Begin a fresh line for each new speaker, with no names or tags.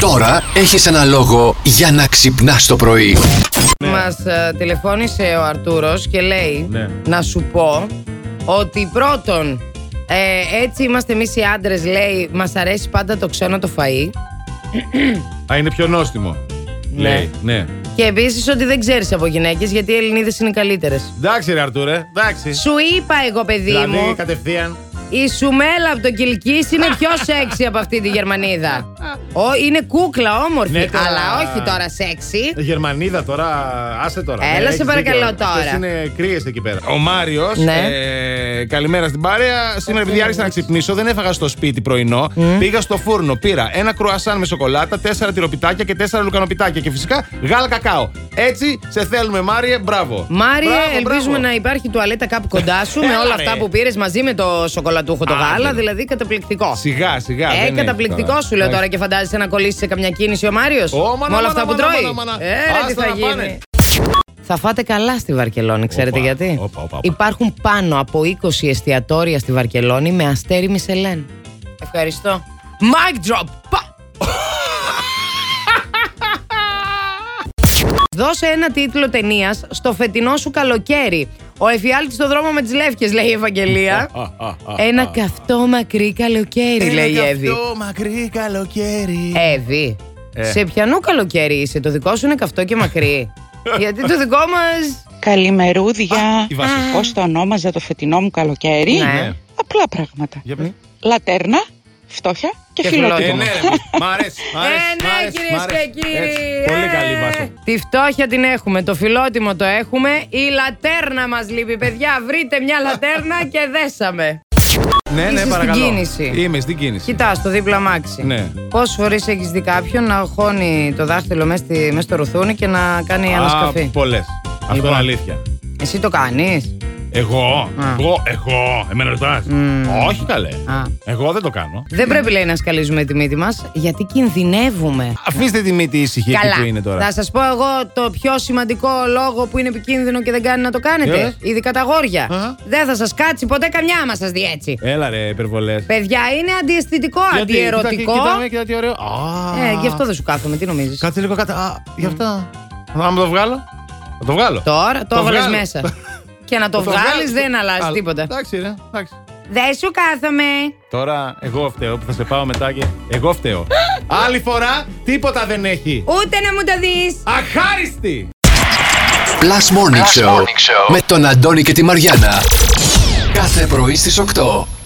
Τώρα έχεις ένα λόγο για να ξυπνάς το πρωί.
Ναι. Μας ε, τηλεφώνησε ο Αρτούρος και λέει
Ναι.
να σου πω ότι πρώτον ε, έτσι είμαστε εμείς οι άντρες λέει μας αρέσει πάντα το ξένο το φαΐ
Α, είναι πιο νόστιμο.
Ναι.
Λέει. Ναι.
και επίσης ότι δεν ξέρεις από γυναίκες γιατί οι Ελληνίδες είναι οι καλύτερες.
Εντάξει, ρε Αρτούρε. Εντάξει.
Σου είπα εγώ παιδί
Δηλαδή,
μου
κατευθείαν.
η Σουμέλα από το Κιλκής είναι πιο σεξι από αυτή τη Γερμανίδα. Ο, είναι κούκλα όμορφη
Ναι, τώρα- Ε,
αλλά όχι τώρα σεξι.
Γερμανίδα τώρα, άσε τώρα.
Έλα,
Ναι,
σε
έχεις
παρακαλώ
δίκιο.
τώρα.
Αυτές είναι κρύε εκεί πέρα. Ο Μάριος.
Ναι.
Ε, καλημέρα στην παρέα. Σήμερα, επειδή άρχισα να ξυπνήσω, δεν έφαγα στο σπίτι πρωινό. Πήγα στο φούρνο, πήρα ένα κρουασάν με σοκολάτα, τέσσερα τυροπιτάκια και τέσσερα λουκανοπιτάκια. Και φυσικά γάλα κακάο. Έτσι σε θέλουμε, Μάριε, μπράβο.
Μάριε,
Μπράβο, Ε,
ελπίζουμε
μπράβο.
να υπάρχει τουαλέτα κάπου κοντά σου με
Έλα,
όλα
ρε.
αυτά που πήρες μαζί με το σοκολατούχο το
Άντε,
γάλα.
ρε.
Δηλαδή καταπληκτικό.
Σιγά, σιγά. δεν
Ε,
έχει τώρα.
καταπληκτικό σου λέω τώρα και φαντάζεσαι να κολλήσεις σε καμιά κίνηση ο Μάριος.
Ω, μάνα,
Με όλα
μάνα,
αυτά που
μάνα,
τρώει.
μάνα, μάνα.
Έρε, τι
Άστα
θα
να
γίνει.
πάνε.
Θα φάτε καλά στη Βαρκελόνη, ξέρετε
Οπα,
γιατί.
οπα, οπα, οπα.
Υπάρχουν πάνω από 20 εστιατόρια στη Βαρκελόνη με αστέρι Μισελέν. Ευχαριστώ. Mic drop! Πα! Δώσε ένα τίτλο ταινίας στο φετινό σου καλοκαίρι. Ο εφιάλτης στο δρόμο με τις λεύκες, λέει η Ευαγγελία.
Α, α, α,
Ένα καυτό μακρύ καλοκαίρι, λέει η
Ένα
Εύη.
καυτό μακρύ καλοκαίρι.
Εύη,
Ε.
σε πιανού καλοκαίρι είσαι, το δικό σου είναι καυτό και μακρύ. Γιατί το δικό μας...
Καλημερούδια.
η Βασιλική.
Πώς το ονόμαζα το φετινό μου καλοκαίρι.
Ναι.
Απλά πράγματα.
Για πες.
Λατέρνα, φτώχεια και,
Και
φιλότιμο.
Ε,
φιλότιμο.
ναι, ρε, μ' αρέσει. μ' αρέσει,
Ε,
μ'
ναι,
αρέσει,
κυρίες
μ' αρέσει.
και κύριοι.
Έτσι, Πολύ
ε.
καλή βάσο.
Τη φτώχεια την έχουμε, το φιλότιμο το έχουμε. Η λατέρνα μας λείπει, παιδιά. Βρείτε μια λατέρνα και δέσαμε.
Ναι,
Είσαι
ναι,
στην
παρακαλώ.
κίνηση.
Είμαι στην κίνηση.
Κοιτάς το δίπλα μάξι.
Ναι.
Πόσες φορές έχεις δει κάποιον να χώνει το δάχτυλο μέσα, στη, μέσα στο ρουθούνι και να κάνει ανασκαφή.
Πολλές. Αυτό
Λοιπόν.
είναι αλήθεια.
Εσύ το κάνεις.
Εγώ,
Α.
εγώ, εγώ, εμένα ρωτάς. Όχι καλέ.
Α.
Εγώ δεν το κάνω.
Δεν πρέπει λέει να σκαλίζουμε τη μύτη μας, γιατί κινδυνεύουμε.
Αφήστε τη μύτη ησυχή εκεί που είναι τώρα.
Θα σας πω εγώ το πιο σημαντικό λόγο που είναι επικίνδυνο και δεν κάνει να το κάνετε.
Για πες.
Ειδικά τα γόρια.
Αχα.
Δεν θα σας κάτσει ποτέ καμιά άμα σας δει έτσι.
Έλα ρε, υπερβολές.
Παιδιά, είναι αντιαισθητικό, αντιερωτικό.
Κοιτάμε, κοιτά τι ωραίο. Α,
Ε, γι' αυτό δεν σου κάθομαι, τι νομίζεις.
Κάτσε λίγο κάτω. Α, γι' αυτά. Να μου το βγάλω. Θα το βγάλω.
Τώρα το
Το
έβαλες
βγάλω.
μέσα. και να το βγάλεις
βγάλεις,
δεν
το-
αλλάζει
Α,
τίποτα.
Εντάξει, ρε, εντάξει.
Δεν σου κάθομαι.
Τώρα εγώ φταίω που θα σε πάω μετά και εγώ φταίω. Άλλη φορά τίποτα δεν έχει.
Ούτε να μου το δεις.
Αχάριστη!
Plus Morning, Show, με τον Αντώνη και τη Μαριάνα. Κάθε πρωί στις 8.